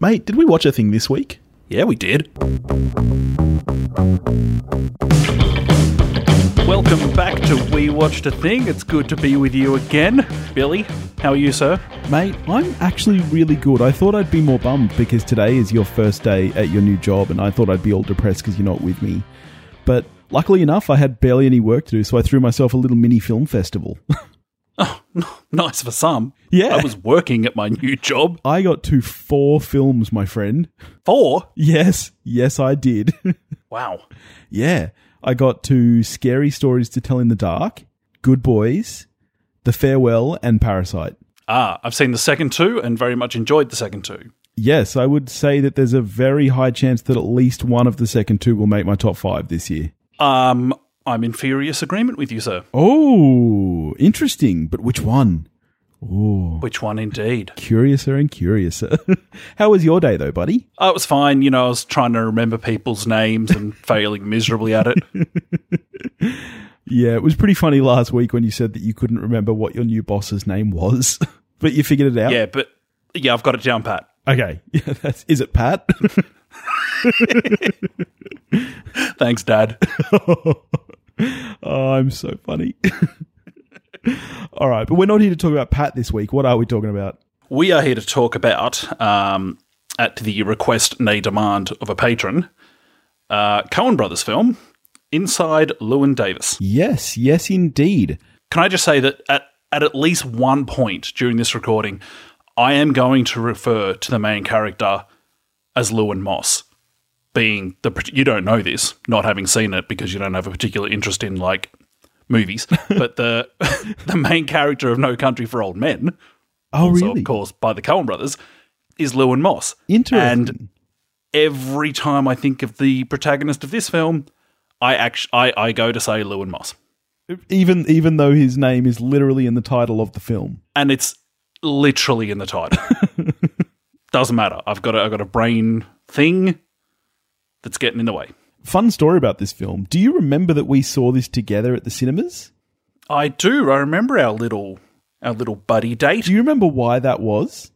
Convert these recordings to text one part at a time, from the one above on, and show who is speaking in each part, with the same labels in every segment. Speaker 1: Mate, did we watch a thing this week?
Speaker 2: Yeah, we did. Welcome back to We Watched a Thing. It's good to be with you again. Billy, how are you, sir?
Speaker 1: Mate, I'm actually really good. I thought I'd be more bummed because today is your first day at your new job, and I thought I'd be all depressed because you're not with me. But luckily enough, I had barely any work to do, so I threw myself a little mini film festival.
Speaker 2: Oh, nice for some.
Speaker 1: Yeah.
Speaker 2: I was working at my new job.
Speaker 1: I got to four films, my friend.
Speaker 2: Four?
Speaker 1: Yes, yes, I did.
Speaker 2: Wow.
Speaker 1: yeah, I got to Scary Stories to Tell in the Dark, Good Boys, The Farewell, and Parasite.
Speaker 2: Ah, I've seen the second two and very much enjoyed the second two.
Speaker 1: Yes, I would say that there's a very high chance that at least one of the second two will make my top five this year.
Speaker 2: Um, I'm in furious agreement with you, sir.
Speaker 1: Oh, interesting. But which one?
Speaker 2: Which one indeed?
Speaker 1: Curiouser and curiouser. How was your day, though, buddy?
Speaker 2: Oh, it was fine. You know, I was trying to remember people's names and failing miserably at it.
Speaker 1: Yeah, it was pretty funny last week when you said that you couldn't remember what your new boss's name was, but you figured it out.
Speaker 2: Yeah, but yeah, I've got it down pat.
Speaker 1: Okay. Yeah, that's, is it Pat?
Speaker 2: Thanks, Dad.
Speaker 1: oh, I'm so funny. All right, but we're not here to talk about Pat this week. What are we talking about?
Speaker 2: We are here to talk about, um, at the request, nay demand of a patron, uh, Coen Brothers film, Inside Lewin Davis.
Speaker 1: Yes, yes, indeed.
Speaker 2: Can I just say that at, at at least one point during this recording, I am going to refer to the main character as Lewin Moss, being the. pro- You don't know this, not having seen it because you don't have a particular interest in, like, movies, but the, the main character of No Country for Old Men.
Speaker 1: Oh,
Speaker 2: also,
Speaker 1: really?
Speaker 2: of course, by the Coen brothers, is Lewin Moss.
Speaker 1: Interesting.
Speaker 2: And every time I think of the protagonist of this film, I act- I, I go to say Lewin Moss.
Speaker 1: even even though his name is literally in the title of the film.
Speaker 2: And it's literally in the title. Doesn't matter. I've got a, I've got a brain thing that's getting in the way.
Speaker 1: Fun story about this film. Do you remember that we saw this together at the cinemas?
Speaker 2: I do. I remember our little our little buddy date
Speaker 1: Do you remember why that was?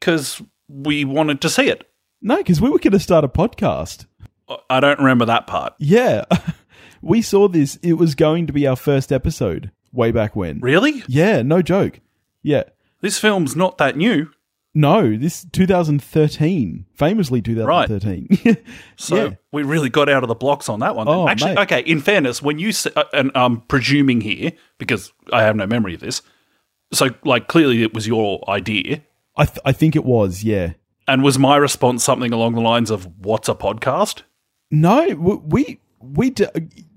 Speaker 2: because we wanted to see it.
Speaker 1: No, because we were going to start a podcast.
Speaker 2: I- I don't remember that part.
Speaker 1: Yeah, we saw this. It was going to be our first episode way back when.
Speaker 2: Really?
Speaker 1: Yeah, no joke. Yeah,
Speaker 2: This film's not that new.
Speaker 1: no, this 2013, famously 2013.
Speaker 2: So
Speaker 1: Yeah.
Speaker 2: we really got out of the blocks on that one. then.
Speaker 1: Oh,
Speaker 2: Actually,
Speaker 1: mate.
Speaker 2: okay. In fairness, when you s- uh, and I'm presuming here because I have no memory of this. So, like, clearly it was your idea,
Speaker 1: I th- I think it was. Yeah.
Speaker 2: and was my response something along the lines of "What's a podcast?"
Speaker 1: No, w- we we. D-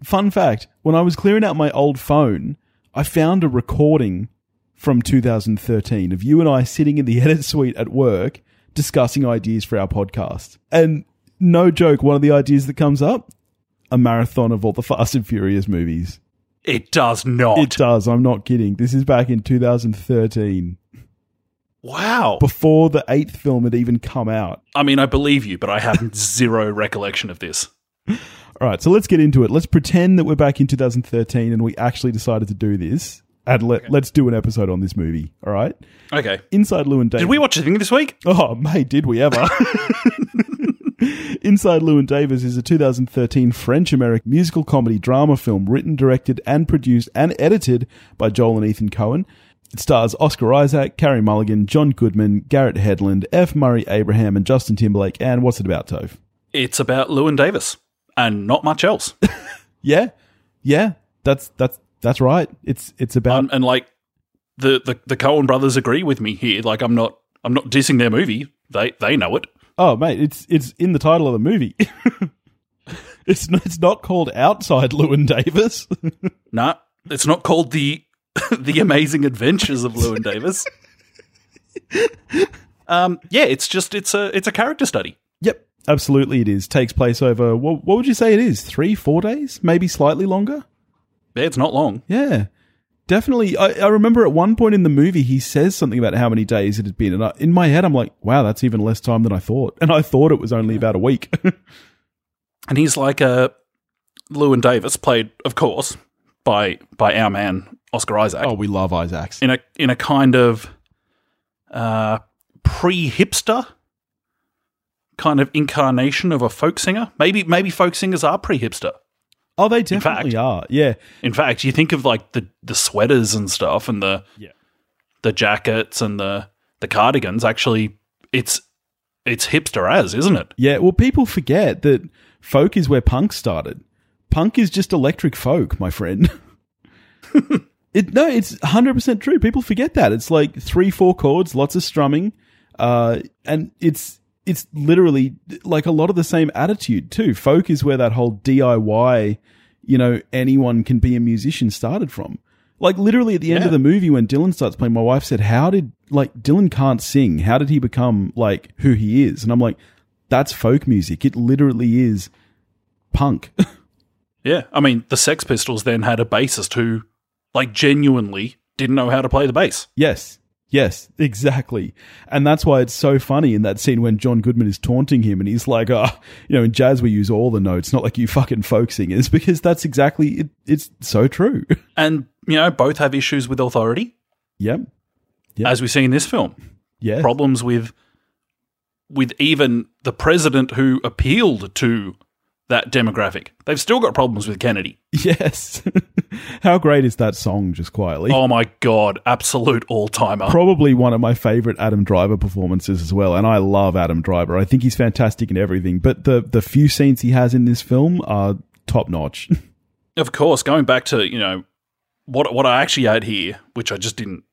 Speaker 1: fun fact: when I was clearing out my old phone, I found a recording from 2013 of you and I sitting in the edit suite at work discussing ideas for our podcast. And no joke, one of the ideas that comes up: a marathon of all the Fast and Furious movies.
Speaker 2: It does not.
Speaker 1: It does. I'm not kidding. This is back in 2013,
Speaker 2: wow.
Speaker 1: before the eighth film had even come out.
Speaker 2: I mean, I believe you, but I have zero recollection of this.
Speaker 1: All right, so let's get into it. Let's pretend that we're back in 2013 and we actually decided to do this. And let, let's do an episode on this movie. All right,
Speaker 2: Okay.
Speaker 1: Inside Lewin Davis.
Speaker 2: Did we watch a thing this week?
Speaker 1: Oh, mate, did we ever? Inside Lewin Davis is a 2013 French American musical comedy drama film written, directed, and produced and edited by Joel and Ethan Cohen. It stars Oscar Isaac, Carrie Mulligan, John Goodman, Garrett Hedlund, F. Murray Abraham, and Justin Timberlake. And what's it about, Tove?
Speaker 2: It's about Lewin Davis and not much else.
Speaker 1: Yeah, yeah, that's that's that's right. It's it's about
Speaker 2: and, and like the, the the Cohen brothers agree with me here. Like I'm not I'm not dissing their movie. They they know it.
Speaker 1: oh mate, it's it's in the title of the movie. it's not, it's not called Outside Lewin Davis.
Speaker 2: Nah, it's not called the the Amazing Adventures of Lewin Davis. Um, yeah, it's just it's a it's a character study.
Speaker 1: yep, absolutely, it is. Takes place over what, what would you say it is? Three, four days, maybe slightly longer.
Speaker 2: Yeah, it's not long.
Speaker 1: Yeah. Definitely, I, I remember at one point in the movie he says something about how many days it had been, and I, in my head I'm like, "Wow, that's even less time than I thought." And I thought it was only about a week.
Speaker 2: And he's like a Lewin Davis, played of course by by our man Oscar Isaac,
Speaker 1: Oh, we love Isaacs.
Speaker 2: in a in a kind of uh, pre hipster kind of incarnation of a folk singer. Maybe maybe folk singers are pre hipster.
Speaker 1: Oh, they definitely are. Yeah.
Speaker 2: In fact, you think of like the the sweaters and stuff and the
Speaker 1: Yeah.
Speaker 2: the jackets and the the cardigans actually it's it's hipster as, isn't it?
Speaker 1: Yeah. Well, people forget that folk is where punk started. Punk is just electric folk, my friend. it no, it's hundred percent true. People forget that. It's like three, four chords, lots of strumming, uh, and it's it's literally like a lot of the same attitude too. Folk is where that whole DIY, you know, anyone can be a musician started from. Like literally at the end
Speaker 2: Yeah.
Speaker 1: of the movie when Dylan starts playing, my wife said, "How did like Dylan can't sing? How did he become like who he is?" And I'm like, "That's folk music. It literally is punk."
Speaker 2: Yeah. I mean, the Sex Pistols then had a bassist who like genuinely didn't know how to play the bass.
Speaker 1: Yes. Yes, exactly. And that's why it's so funny in that scene when John Goodman is taunting him and he's like, oh, you know, in jazz we use all the notes, not like you fucking folk singers, because that's exactly it, it's so true.
Speaker 2: And you know, both have issues with authority
Speaker 1: yep.
Speaker 2: as we see in this film.
Speaker 1: Yeah.
Speaker 2: problems with with even the president who appealed to that demographic. They've still got problems with Kennedy.
Speaker 1: yes. How great is that song just quietly?
Speaker 2: Oh my god, absolute all-timer.
Speaker 1: Probably one of my favorite Adam Driver performances as well, and I love Adam Driver. I think he's fantastic in everything, but the the few scenes he has in this film are top notch.
Speaker 2: of course, going back to, you know, what what I actually had here, which I just didn't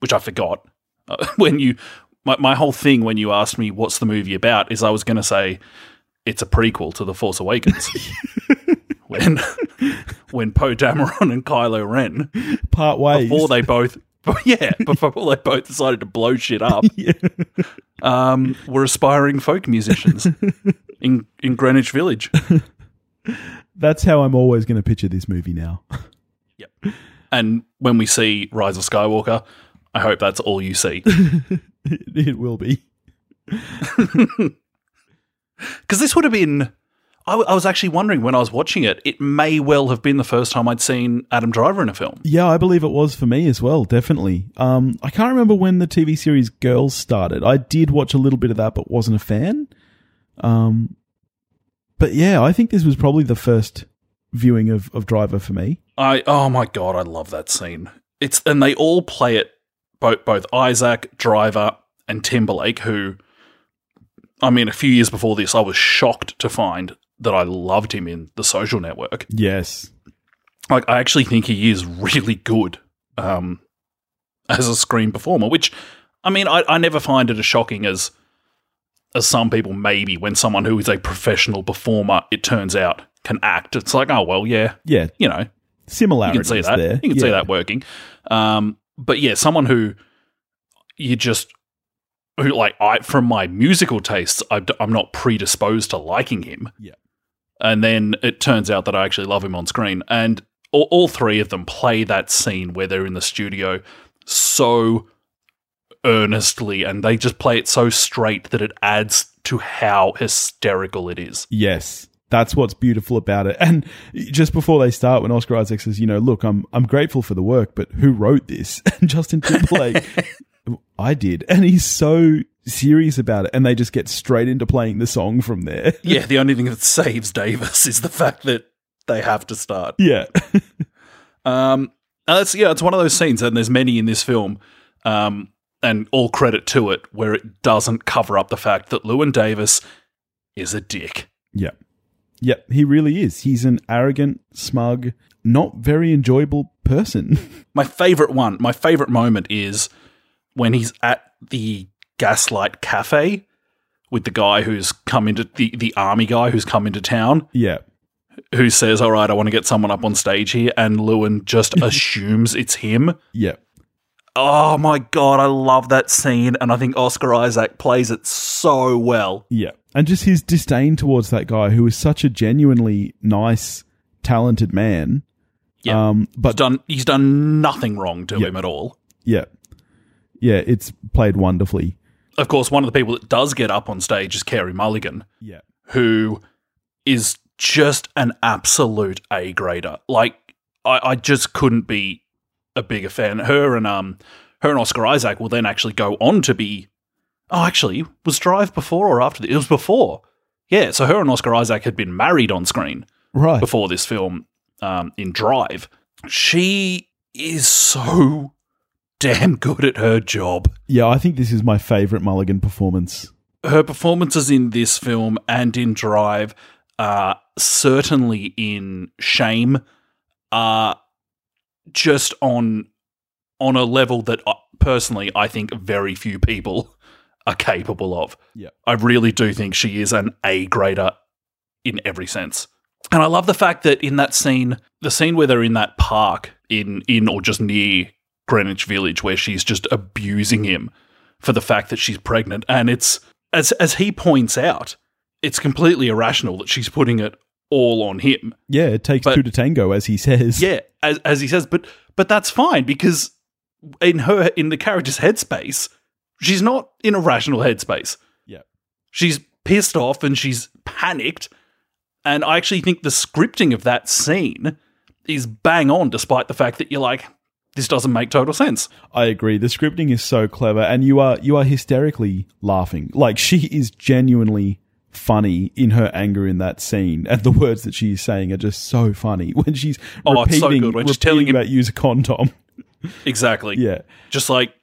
Speaker 2: which I forgot. Uh, when you my, my whole thing when you asked me what's the movie about is I was going to say it's a prequel to The Force Awakens. when when Poe Dameron and Kylo Ren
Speaker 1: Part ways.
Speaker 2: before they both yeah before they both decided to blow shit up um, were aspiring folk musicians in in greenwich village
Speaker 1: that's how I'm always going to picture this movie now.
Speaker 2: and when we see rise of skywalker i hope that's all you see
Speaker 1: it, it will be.
Speaker 2: because this would have been I, w- I was actually wondering when i was watching it it may well have been the first time i'd seen adam driver in a film
Speaker 1: Yeah, I believe it was for me as well, definitely. Um, I can't remember when the TV series Girls started. I did watch a little bit of that, but wasn't a fan. Um, but yeah, I think this was probably the first viewing of, of Driver for me.
Speaker 2: I oh my god, I love that scene. It's and they all play it both both Isaac, Driver, and Timberlake, who I mean a few years before this I was shocked to find that I loved him in the social network.
Speaker 1: Yes.
Speaker 2: Like I actually think he is really good um as a screen performer, which I mean I, I never find it as shocking as as some people maybe when someone who is a professional performer, it turns out, can act. It's like, oh well, yeah,
Speaker 1: Yeah,
Speaker 2: you know, you can
Speaker 1: similarities
Speaker 2: see that.
Speaker 1: there.
Speaker 2: You can see
Speaker 1: Yeah.
Speaker 2: that working. Um, but yeah, someone who you just who like I from my musical tastes, I, am not predisposed to liking him.
Speaker 1: Yeah.
Speaker 2: and then it turns out that I actually love him on screen, and all, all three of them play that scene where they're in the studio so earnestly, and they just play it so straight that it adds to how hysterical it is.
Speaker 1: Yes. That's what's beautiful about it. And just before they start, when Oscar Isaac says, you know, look, I'm I'm grateful for the work, but who wrote this? And Justin Timberlake, I did. And he's so serious about it. And they just get straight into playing the song from there.
Speaker 2: Yeah, the only thing that saves Davis is the fact that they have to start.
Speaker 1: Yeah.
Speaker 2: Um, and that's yeah, it's one of those scenes, and there's many in this film, um, and all credit to it, where it doesn't cover up the fact that Lewin Davis is a dick.
Speaker 1: Yeah. Yeah. He really is. He's an arrogant, smug, not very enjoyable person.
Speaker 2: My favorite one, my favorite moment is when he's at the Gaslight Cafe with the guy who's come into the, the army guy who's come into town
Speaker 1: yeah.
Speaker 2: who says, All right, I want to get someone up on stage here. And Lewin just assumes it's him.
Speaker 1: Yeah.
Speaker 2: Oh my god, I love that scene, and I think Oscar Isaac plays it so well.
Speaker 1: Yeah. And just his disdain towards that guy who is such a genuinely nice, talented man.
Speaker 2: Yeah.
Speaker 1: Um, but
Speaker 2: He's done he's done nothing wrong to him at all.
Speaker 1: Yeah. Yeah, it's played wonderfully.
Speaker 2: Of course, one of the people that does get up on stage is Carey Mulligan,
Speaker 1: Yeah.
Speaker 2: who is just an absolute A grader. Like I, I just couldn't be a bigger fan. Her and um her and Oscar Isaac will then actually go on to be Oh, actually, was Drive before or after? The- it was before. Yeah, so her and Oscar Isaac had been married on screen
Speaker 1: Right.
Speaker 2: before this film um, in Drive. She is so damn good at her job.
Speaker 1: Yeah, I think this is my favorite Mulligan performance.
Speaker 2: Her performances in this film and in Drive, uh, certainly in Shame, are just on on a level that I, personally I think very few people are capable of.
Speaker 1: Yeah.
Speaker 2: I really do think she is an A grader in every sense. And I love the fact that in that scene, the scene where they're in that park in in or just near Greenwich Village where she's just abusing him for the fact that she's pregnant and it's as as he points out, it's completely irrational that she's putting it all on him.
Speaker 1: Yeah, it takes
Speaker 2: But-
Speaker 1: two to tango, as he says.
Speaker 2: Yeah, as as he says, but but that's fine because in her in the character's headspace, she's not in a rational headspace.
Speaker 1: Yeah.
Speaker 2: She's pissed off and she's panicked. And I actually think the scripting of that scene is bang on, despite the fact that you're like, this doesn't make total sense.
Speaker 1: I agree. The scripting is so clever, and you are you are hysterically laughing. Like she is genuinely funny in her anger in that scene, and the words that she's saying are just so funny when she's
Speaker 2: Oh, it's
Speaker 1: repeating,
Speaker 2: so good when she's
Speaker 1: repeating
Speaker 2: telling him-
Speaker 1: about use a condom.
Speaker 2: Exactly.
Speaker 1: Yeah.
Speaker 2: Just like,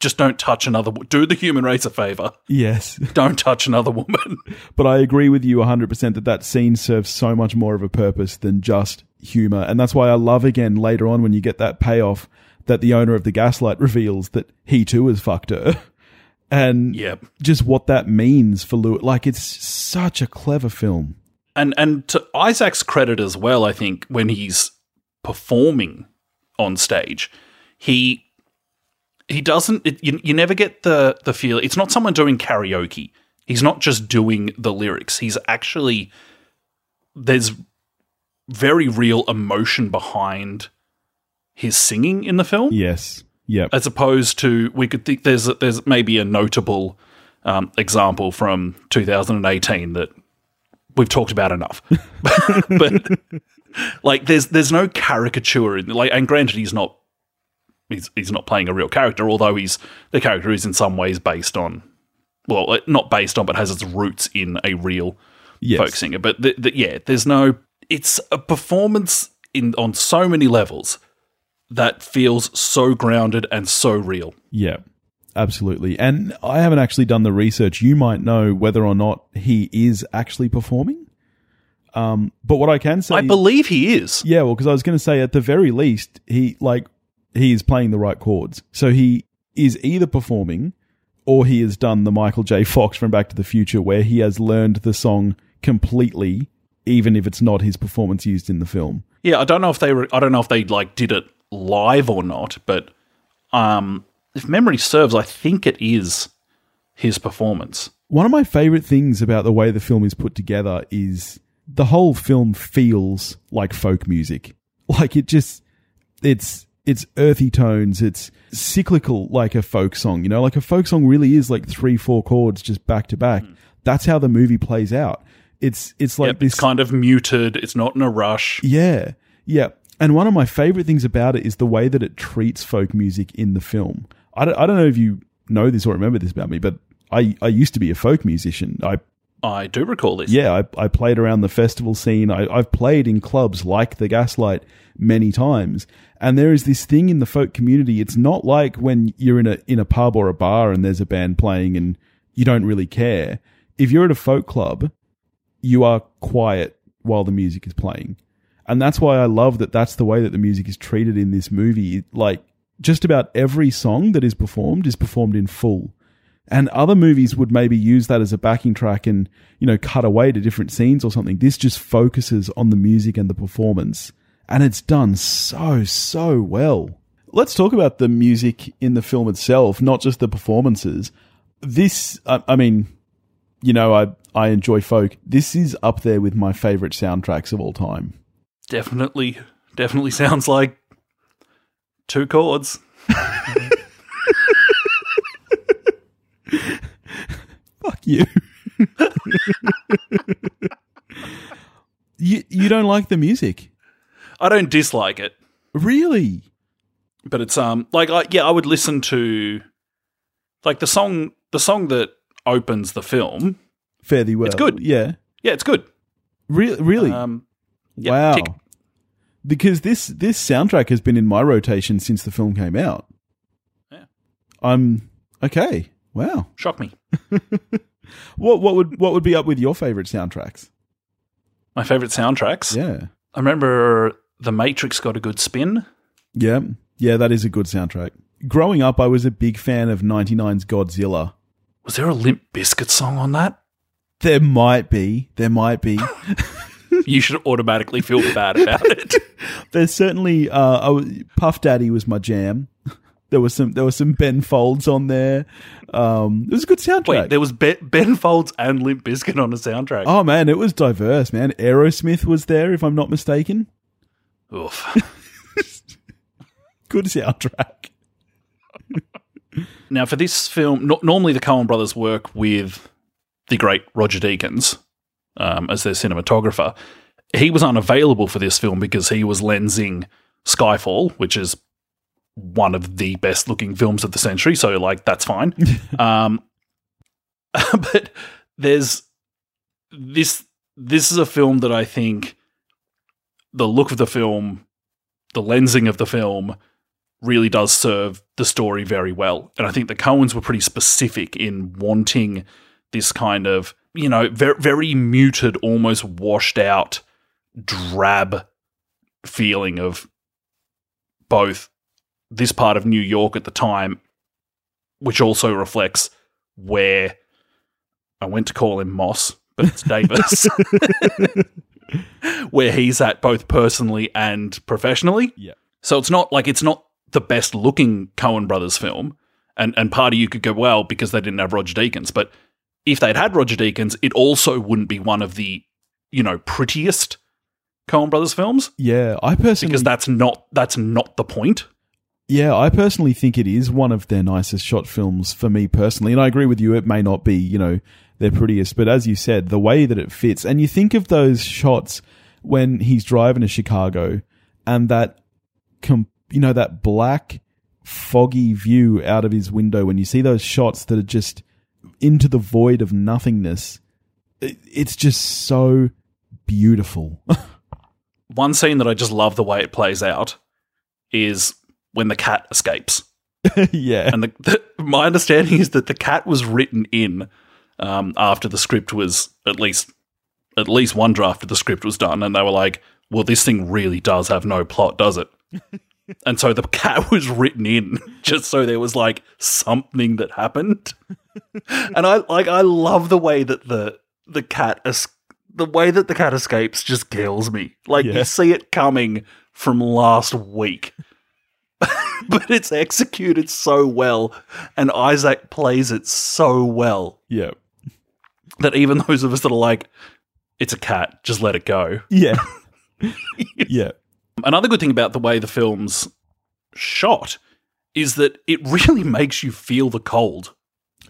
Speaker 2: just don't touch another. wo- Do the human race a favor.
Speaker 1: Yes,
Speaker 2: Don't touch another woman.
Speaker 1: but I agree with you 100% that that scene serves so much more of a purpose than just humor. And that's why I love again later on when you get that payoff that the owner of the gaslight reveals that he too has fucked her. And
Speaker 2: yep.
Speaker 1: just what that means for Lewis. Like, it's such a clever film.
Speaker 2: and and to Isaac's credit as well, I think when he's performing on stage, he he doesn't. It, you, you never get the the feel. It's not someone doing karaoke. He's not just doing the lyrics. He's actually there's very real emotion behind his singing in the film
Speaker 1: Yes. Yep.
Speaker 2: as opposed to we could think there's there's maybe a notable um, example from 2018 that we've talked about enough, but like there's there's no caricature in like and granted he's not he's he's not playing a real character although he's the character is in some ways based on well not based on but has its roots in a real
Speaker 1: Yes.
Speaker 2: folk singer. But th- th- yeah, there's no. It's a performance in on so many levels that feels so grounded and so real.
Speaker 1: Yeah. Absolutely. And I haven't actually done the research. You might know whether or not he is actually performing. Um, but what I can say
Speaker 2: I believe he is.
Speaker 1: Yeah, well, because I was going to say at the very least he like he is playing the right chords, so he is either performing or he has done the Michael J. Fox from Back to the Future, where he has learned the song completely, even if it's not his performance used in the film.
Speaker 2: Yeah, I don't know if they were. I don't know if they like did it live or not. But um, if memory serves, I think it is his performance.
Speaker 1: One of my favorite things about the way the film is put together is the whole film feels like folk music. Like it just it's it's earthy tones, it's cyclical like a folk song, you know, like a folk song really is like 3 4 chords just back to back. That's how the movie plays out. It's it's like
Speaker 2: Yep,
Speaker 1: this
Speaker 2: it's kind of muted. It's not in a rush.
Speaker 1: yeah, yeah. And one of my favorite things about it is the way that it treats folk music in the film. I don't, I don't know if you know this or remember this about me, but I, I used to be a folk musician. I
Speaker 2: I do recall this.
Speaker 1: yeah, I, I played around the festival scene. I, I've played in clubs like the Gaslight many times. And there is this thing in the folk community. It's not like when you're in a in a pub or a bar and there's a band playing and you don't really care. If you're at a folk club, you are quiet while the music is playing. And that's why I love that that's the way that the music is treated in this movie. Like just about every song that is performed is performed in full. And other movies would maybe use that as a backing track and, you know, cut away to different scenes or something. This just focuses on the music and the performance. And it's done so, so well. Let's talk about the music in the film itself, not just the performances. This, I, I mean, you know, I, I enjoy folk. This is up there with my favorite soundtracks of all time.
Speaker 2: definitely definitely sounds like two chords.
Speaker 1: Fuck you. you, you don't like the music?
Speaker 2: I don't dislike it.
Speaker 1: Really?
Speaker 2: but it's um like I, yeah, I would listen to Like the song, the song that opens the film.
Speaker 1: fairly well.
Speaker 2: It's good.
Speaker 1: Yeah.
Speaker 2: Yeah, it's good.
Speaker 1: Re- really?
Speaker 2: Um, yeah,
Speaker 1: wow.
Speaker 2: tick.
Speaker 1: Because this this soundtrack has been in my rotation since the film came out.
Speaker 2: Yeah.
Speaker 1: I'm okay. Wow.
Speaker 2: Shock me.
Speaker 1: What what would what would be up with your favorite soundtracks?
Speaker 2: My favorite soundtracks.
Speaker 1: Yeah.
Speaker 2: I remember The Matrix got a good spin.
Speaker 1: Yeah. Yeah, that is a good soundtrack. Growing up I was a big fan of 99's Godzilla.
Speaker 2: Was there a Limp Biscuit song on that?
Speaker 1: There might be. There might be.
Speaker 2: you should automatically feel bad about it.
Speaker 1: There's certainly uh I was, Puff Daddy was my jam. There was some there was some Ben Folds on there. Um it was a good soundtrack.
Speaker 2: Wait, there was Be- Ben Folds and Limp Biscuit on a soundtrack.
Speaker 1: Oh man, it was diverse, man. Aerosmith was there, if I'm not mistaken. Oh.
Speaker 2: Oof.
Speaker 1: Good soundtrack.
Speaker 2: Now, for this film, no- normally the Coen brothers work with the great Roger Deakins um, as their cinematographer. He was unavailable for this film because he was lensing Skyfall, which is one of the best looking films of the century. So, like, that's fine. um, but there's this. This is a film that I think the look of the film, the lensing of the film, really does serve the story very well. And I think the Coens were pretty specific in wanting this kind of, you know, very, very muted, almost washed out, drab feeling of both this part of New York at the time, which also reflects where I went to call him Moss, but it's Davis. where he's at both personally and professionally.
Speaker 1: Yeah.
Speaker 2: So it's not like it's not the best looking Cohen Brothers film. And and part of you could go, well, because they didn't have Roger Deakins. But if they'd had Roger Deakins, it also wouldn't be one of the, you know, prettiest Cohen Brothers films.
Speaker 1: Yeah, I personally
Speaker 2: Because that's not that's not the point.
Speaker 1: Yeah, I personally think it is one of their nicest shot films for me personally. And I agree with you, it may not be, you know, their prettiest, but as you said, the way that it fits. And you think of those shots when he's driving to Chicago and that, com- you know, that black, foggy view out of his window when you see those shots that are just into the void of nothingness. It- It's just so beautiful.
Speaker 2: One scene that I just love the way it plays out is when the cat escapes.
Speaker 1: yeah.
Speaker 2: and the, the, my understanding is that the cat was written in um, after the script was at least at least one draft of the script was done, and they were like, "Well, this thing really does have no plot, does it?" and so the cat was written in just so there was like something that happened. and I like I love the way that the the cat es- the way that the cat escapes just kills me. Like
Speaker 1: Yeah.
Speaker 2: you see it coming from last week but it's executed so well, and Isaac plays it so well
Speaker 1: Yeah.
Speaker 2: that even those of us that are like, it's a cat, just let it go.
Speaker 1: Yeah. yeah.
Speaker 2: Another good thing about the way the film's shot is that it really makes you feel the cold.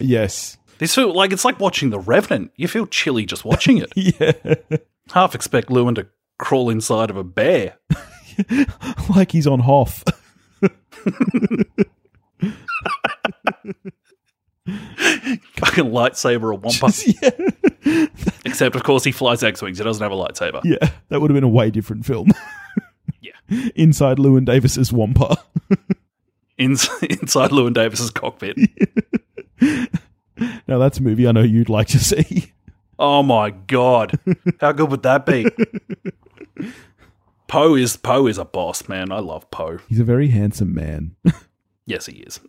Speaker 1: Yes.
Speaker 2: This feel like it's like watching The Revenant. You feel chilly just watching it.
Speaker 1: Yeah.
Speaker 2: Half expect Lewin to crawl inside of a bear.
Speaker 1: like he's on Hoff.
Speaker 2: Fucking lightsaber or wampa.
Speaker 1: yeah.
Speaker 2: Except of course he flies X-wings. He doesn't have a lightsaber.
Speaker 1: yeah, that would have been a way different film.
Speaker 2: Yeah.
Speaker 1: Inside Lewin Davis's Wampa.
Speaker 2: Ins inside Lewin Davis's cockpit.
Speaker 1: Now that's a movie I know you'd like to see.
Speaker 2: Oh my god. How good would that be? Poe is Poe is a boss, man. I love Poe.
Speaker 1: He's a very handsome man.
Speaker 2: Yes, he is.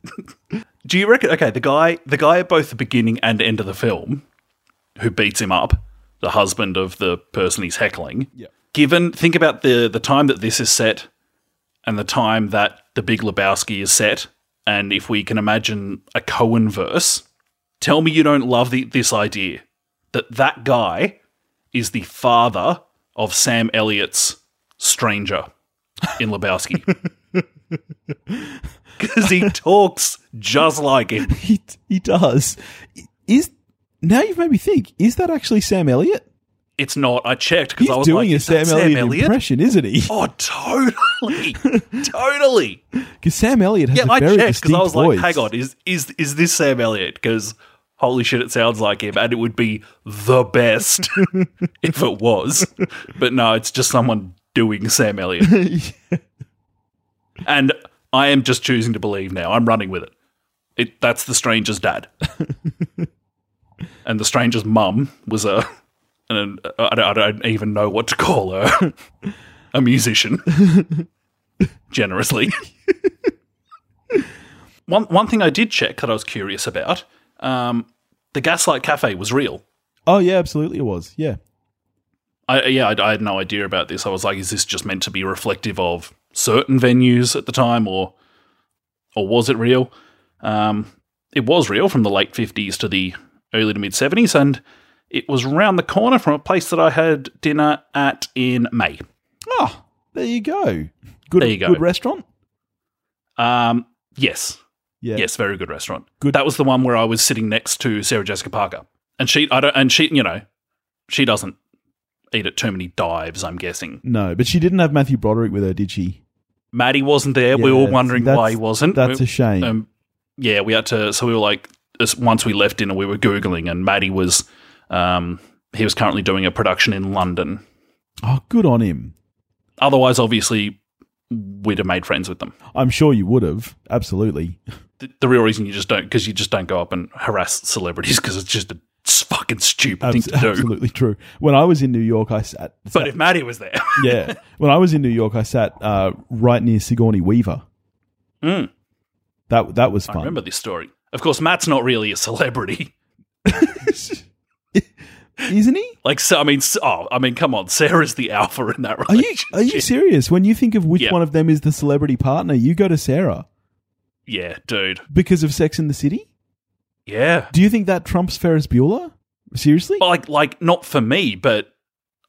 Speaker 2: Do you reckon okay, the guy the guy at both the beginning and end of the film who beats him up, the husband of the person he's heckling.
Speaker 1: Yeah.
Speaker 2: Given think about the the time that this is set and the time that the Big Lebowski is set, and if we can imagine a Cohen verse, tell me you don't love the, this idea that that guy is the father of Sam Elliott's stranger in Lebowski. Because he talks just like him.
Speaker 1: He he does. Is now you've made me think. Is that actually Sam Elliott?
Speaker 2: It's not. I checked because
Speaker 1: He's
Speaker 2: I was
Speaker 1: doing
Speaker 2: like,
Speaker 1: a
Speaker 2: "Is that
Speaker 1: Sam, Elliott impression, isn't he?
Speaker 2: Oh, totally, totally.
Speaker 1: Because Sam Elliott has
Speaker 2: Yeah,
Speaker 1: a
Speaker 2: I
Speaker 1: very
Speaker 2: checked because
Speaker 1: distinct
Speaker 2: I was
Speaker 1: voice.
Speaker 2: like, "Hang on, is is is this Sam Elliott?" Because holy shit, it sounds like him, and it would be the best if it was. But no, it's just someone doing Sam Elliott, and I am just choosing to believe now. I'm running with it. It that's the stranger's dad, and the stranger's mum was a. An, I, don't, I don't even know what to call her. a musician, generously one one thing I did check that I was curious about, um, the Gaslight Cafe was real.
Speaker 1: Oh yeah, absolutely it was. Yeah.
Speaker 2: I, yeah, I, I had no idea about this. I was like, is this just meant to be reflective of certain venues at the time, or or was it real? Um, it was real from the late fifties to the early to mid seventies, and it was round the corner from a place that I had dinner at in May.
Speaker 1: Ah, there you go. Good
Speaker 2: There you go.
Speaker 1: good restaurant?
Speaker 2: Um, yes,
Speaker 1: Yeah.
Speaker 2: Yes, very good restaurant.
Speaker 1: Good-
Speaker 2: That was the one where I was sitting next to Sarah Jessica Parker, and she, I don't, and she, you know, she doesn't eat at too many dives. I'm guessing
Speaker 1: No, but she didn't have Matthew Broderick with her, did she?
Speaker 2: Maddie wasn't there. we
Speaker 1: Yeah,
Speaker 2: were wondering
Speaker 1: that's-
Speaker 2: why he wasn't.
Speaker 1: That's
Speaker 2: We-
Speaker 1: a shame.
Speaker 2: um, yeah, we had to. So we were like, as- once we left dinner, we were googling, and Maddie was, um, he was currently doing a production in London.
Speaker 1: oh, good on him.
Speaker 2: Otherwise, obviously, we'd have made friends with them.
Speaker 1: I'm sure you would have. Absolutely.
Speaker 2: The, the real reason you just don't, because you just don't go up and harass celebrities, because it's just a fucking stupid thing
Speaker 1: Abs-
Speaker 2: to do.
Speaker 1: absolutely true. When I was in New York, I sat.
Speaker 2: But if Maddie was there,
Speaker 1: yeah. When I was in New York, I sat uh, right near Sigourney Weaver.
Speaker 2: Mm.
Speaker 1: That that was
Speaker 2: I
Speaker 1: fun.
Speaker 2: remember this story. Of course, Matt's not really a celebrity.
Speaker 1: Isn't he?
Speaker 2: Like, so, I mean, s oh, I mean, come on, Sarah's the alpha in that
Speaker 1: Are you
Speaker 2: relationship.
Speaker 1: are you serious? When you think of which
Speaker 2: Yeah.
Speaker 1: one of them is the celebrity partner, you go to Sarah
Speaker 2: yeah, dude.
Speaker 1: because of Sex in the City.
Speaker 2: Yeah.
Speaker 1: Do you think that trumps Ferris Bueller? Seriously?
Speaker 2: But like, like, not for me, but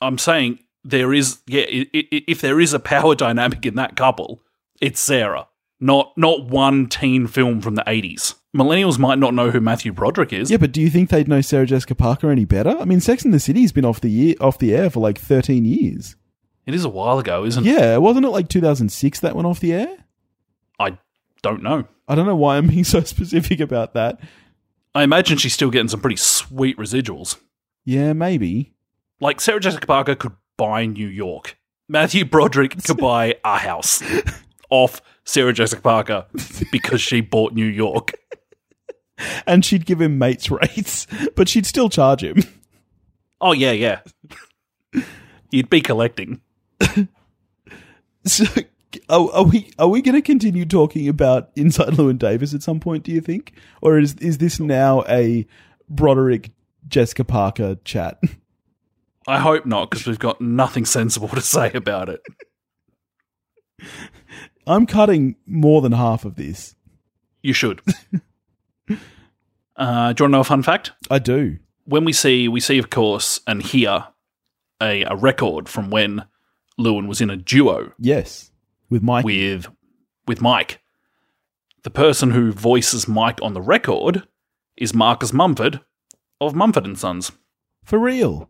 Speaker 2: I'm saying there is, yeah, i i if there is a power dynamic in that couple, it's Sarah. Not not one teen film from the 80s. Millennials might not know who Matthew Broderick is.
Speaker 1: Yeah, but do you think they'd know Sarah Jessica Parker any better? I mean, Sex in the City's been off the year off the air for like thirteen years.
Speaker 2: It is a while ago, isn't it?
Speaker 1: Yeah, wasn't it like two thousand six that went off the air?
Speaker 2: I don't know.
Speaker 1: I don't know why I'm being so specific about that.
Speaker 2: I imagine she's still getting some pretty sweet residuals.
Speaker 1: Yeah, maybe.
Speaker 2: Like Sarah Jessica Parker could buy New York. Matthew Broderick could buy a house off Sarah Jessica Parker because she bought New York.
Speaker 1: And she'd give him mates rates, but she'd still charge him.
Speaker 2: Oh yeah, yeah. You'd be collecting.
Speaker 1: So, are, are we are we going to continue talking about Inside Lewin Davis at some point? Do you think, or is is this now a Broderick Jessica Parker chat?
Speaker 2: I hope not, because we've got nothing sensible to say about it.
Speaker 1: I'm cutting more than half of this.
Speaker 2: You should. Uh, do you want to know a fun fact?
Speaker 1: I do.
Speaker 2: When we see, we see, of course, and hear a, a record from when Lewin was in a duo
Speaker 1: Yes, with Mike.
Speaker 2: with with Mike. The person who voices Mike on the record is Marcus Mumford of Mumford and Sons,
Speaker 1: For real.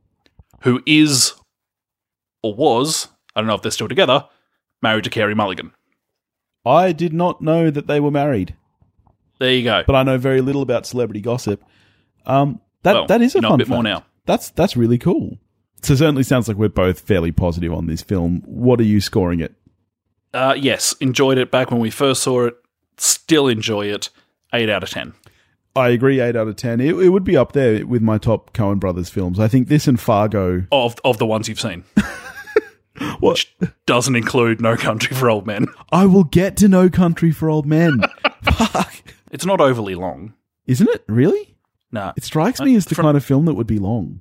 Speaker 2: who is or was, I don't know if they're still together, married to Carey Mulligan.
Speaker 1: I did not know that they were married,
Speaker 2: There you go.
Speaker 1: but I know very little about celebrity gossip. Um, that
Speaker 2: Well,
Speaker 1: that is a
Speaker 2: you know a
Speaker 1: fun
Speaker 2: bit more
Speaker 1: fact.
Speaker 2: now.
Speaker 1: That's that's really cool. So certainly sounds like we're both fairly positive on this film. What are you scoring it?
Speaker 2: Uh, yes, enjoyed it back when we first saw it. Still enjoy it. 8 out of 10.
Speaker 1: I agree, eight out of ten. It, it would be up there with my top Coen Brothers films. I think this and Fargo.
Speaker 2: Of, of the ones you've seen. Which doesn't include No Country for Old Men.
Speaker 1: I will get to No Country for Old Men. Fuck,
Speaker 2: It's not overly long.
Speaker 1: isn't it really?
Speaker 2: Nah.
Speaker 1: It strikes
Speaker 2: Uh,
Speaker 1: me as the kind of film that would be long.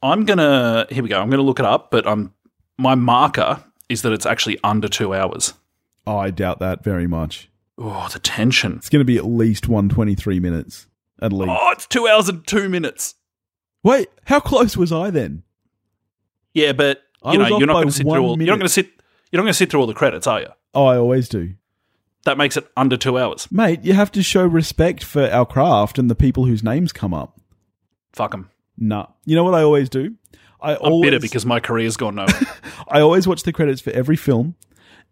Speaker 2: I'm gonna here we go. I'm gonna look it up, but I'm my marker is that it's actually under two hours.
Speaker 1: Oh, I doubt that very much.
Speaker 2: Oh, the tension.
Speaker 1: It's going to be at least one twenty-three minutes, at least.
Speaker 2: Oh, it's two hours and two minutes.
Speaker 1: Wait, how close was I then?
Speaker 2: Yeah, but
Speaker 1: I
Speaker 2: you
Speaker 1: was
Speaker 2: know,
Speaker 1: off
Speaker 2: you're not
Speaker 1: by
Speaker 2: gonna sit
Speaker 1: one
Speaker 2: through all you're
Speaker 1: minute.
Speaker 2: not gonna sit you're not gonna sit through all the credits, are you?
Speaker 1: Oh, I always do,
Speaker 2: That makes it under two hours.
Speaker 1: mate. You have to show respect for our craft and the people whose names come up.
Speaker 2: Fuck them.
Speaker 1: Nah. You know what I always do? I
Speaker 2: I'm
Speaker 1: always
Speaker 2: bitter because my career's gone nowhere.
Speaker 1: I always watch the credits for every film,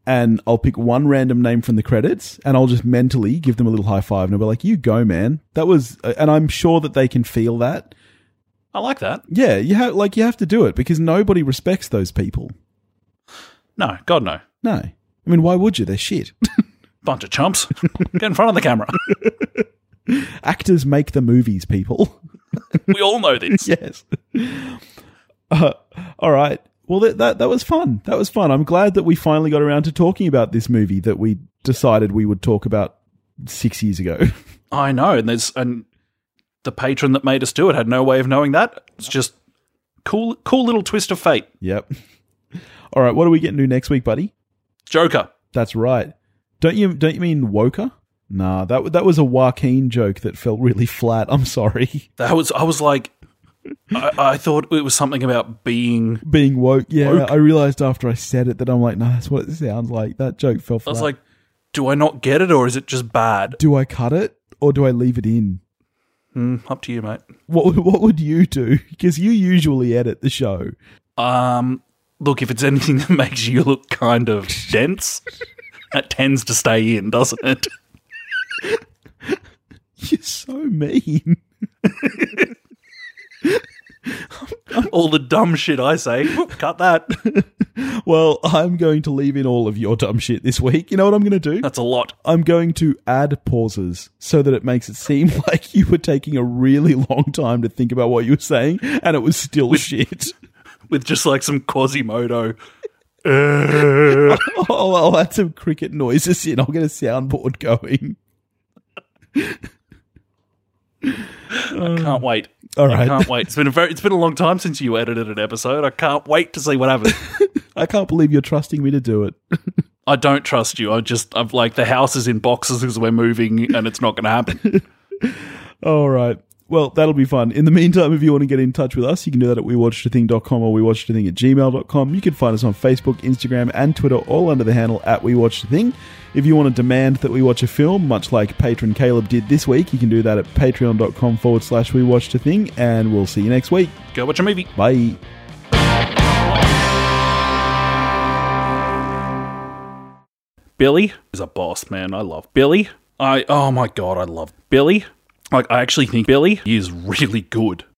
Speaker 1: and I'll pick one random name from the credits, and I'll just mentally give them a little high five, and I'll be like, "You go, man! That was," uh, and I'm sure that they can feel that.
Speaker 2: I like that.
Speaker 1: Yeah, you have like you have to do it because nobody respects those people.
Speaker 2: No, God no.
Speaker 1: No, I mean, why would you? They're shit.
Speaker 2: Bunch of chumps. Get in front of the camera.
Speaker 1: Actors make the movies, people.
Speaker 2: We all know this.
Speaker 1: yes. Uh, all right. Well, that, that that was fun. That was fun. I'm glad that we finally got around to talking about this movie that we decided we would talk about six years ago.
Speaker 2: I know, and there's and the patron that made us do it had no way of knowing that. It's just cool cool little twist of fate.
Speaker 1: yep. All right. What are we getting to next week, buddy?
Speaker 2: Joker.
Speaker 1: That's right. Don't you don't you mean Woker? Nah, that wa- that was a Joaquin joke that felt really flat. I'm sorry.
Speaker 2: That was I was like I, I thought it was something about being
Speaker 1: Being woke, yeah.
Speaker 2: Woke?
Speaker 1: I realized after I said it that I'm like, no, that's what it sounds like. That joke fell
Speaker 2: I
Speaker 1: flat.
Speaker 2: was like, do I not get it or is it just bad?
Speaker 1: do I cut it or do I leave it in?
Speaker 2: Hmm, up to you, mate.
Speaker 1: What would- what would you do? Because you usually edit the show.
Speaker 2: Um look, if it's anything that makes you look kind of dense, that tends to stay in, doesn't it?
Speaker 1: You're so mean.
Speaker 2: All the dumb shit I say. whoop, Cut that.
Speaker 1: Well, I'm going to leave in all of your dumb shit this week. You know what I'm going to do?
Speaker 2: That's a lot.
Speaker 1: I'm going to add pauses so that it makes it seem like you were taking a really long time to think about what you were saying and it was still shit.
Speaker 2: With just like some Quasimodo.
Speaker 1: Oh, I'll add some cricket noises in. I'll get a soundboard going.
Speaker 2: Can't wait.
Speaker 1: All
Speaker 2: I
Speaker 1: right.
Speaker 2: can't wait. It's been a very it's been a long time since you edited an episode. I can't wait to see what happens.
Speaker 1: I can't believe you're trusting me to do it.
Speaker 2: I don't trust you. I just I'm like the house is in boxes because we're moving and it's not going to happen.
Speaker 1: All right. Well, that'll be fun. In the meantime, if you want to get in touch with us, you can do that at wewatchedathing.com or wewatchedathing at gmail.com. You can find us on Facebook, Instagram, and Twitter, all under the handle at wewatchedathing. If you want to demand that we watch a film, much like patron Caleb did this week, you can do that at patreon.com forward slash wewatchedathing, and we'll see you next week.
Speaker 2: Go watch a movie.
Speaker 1: Bye.
Speaker 2: Billy is a boss, man. I love Billy. I oh my god, I love Billy. Like I actually think Billy is really good.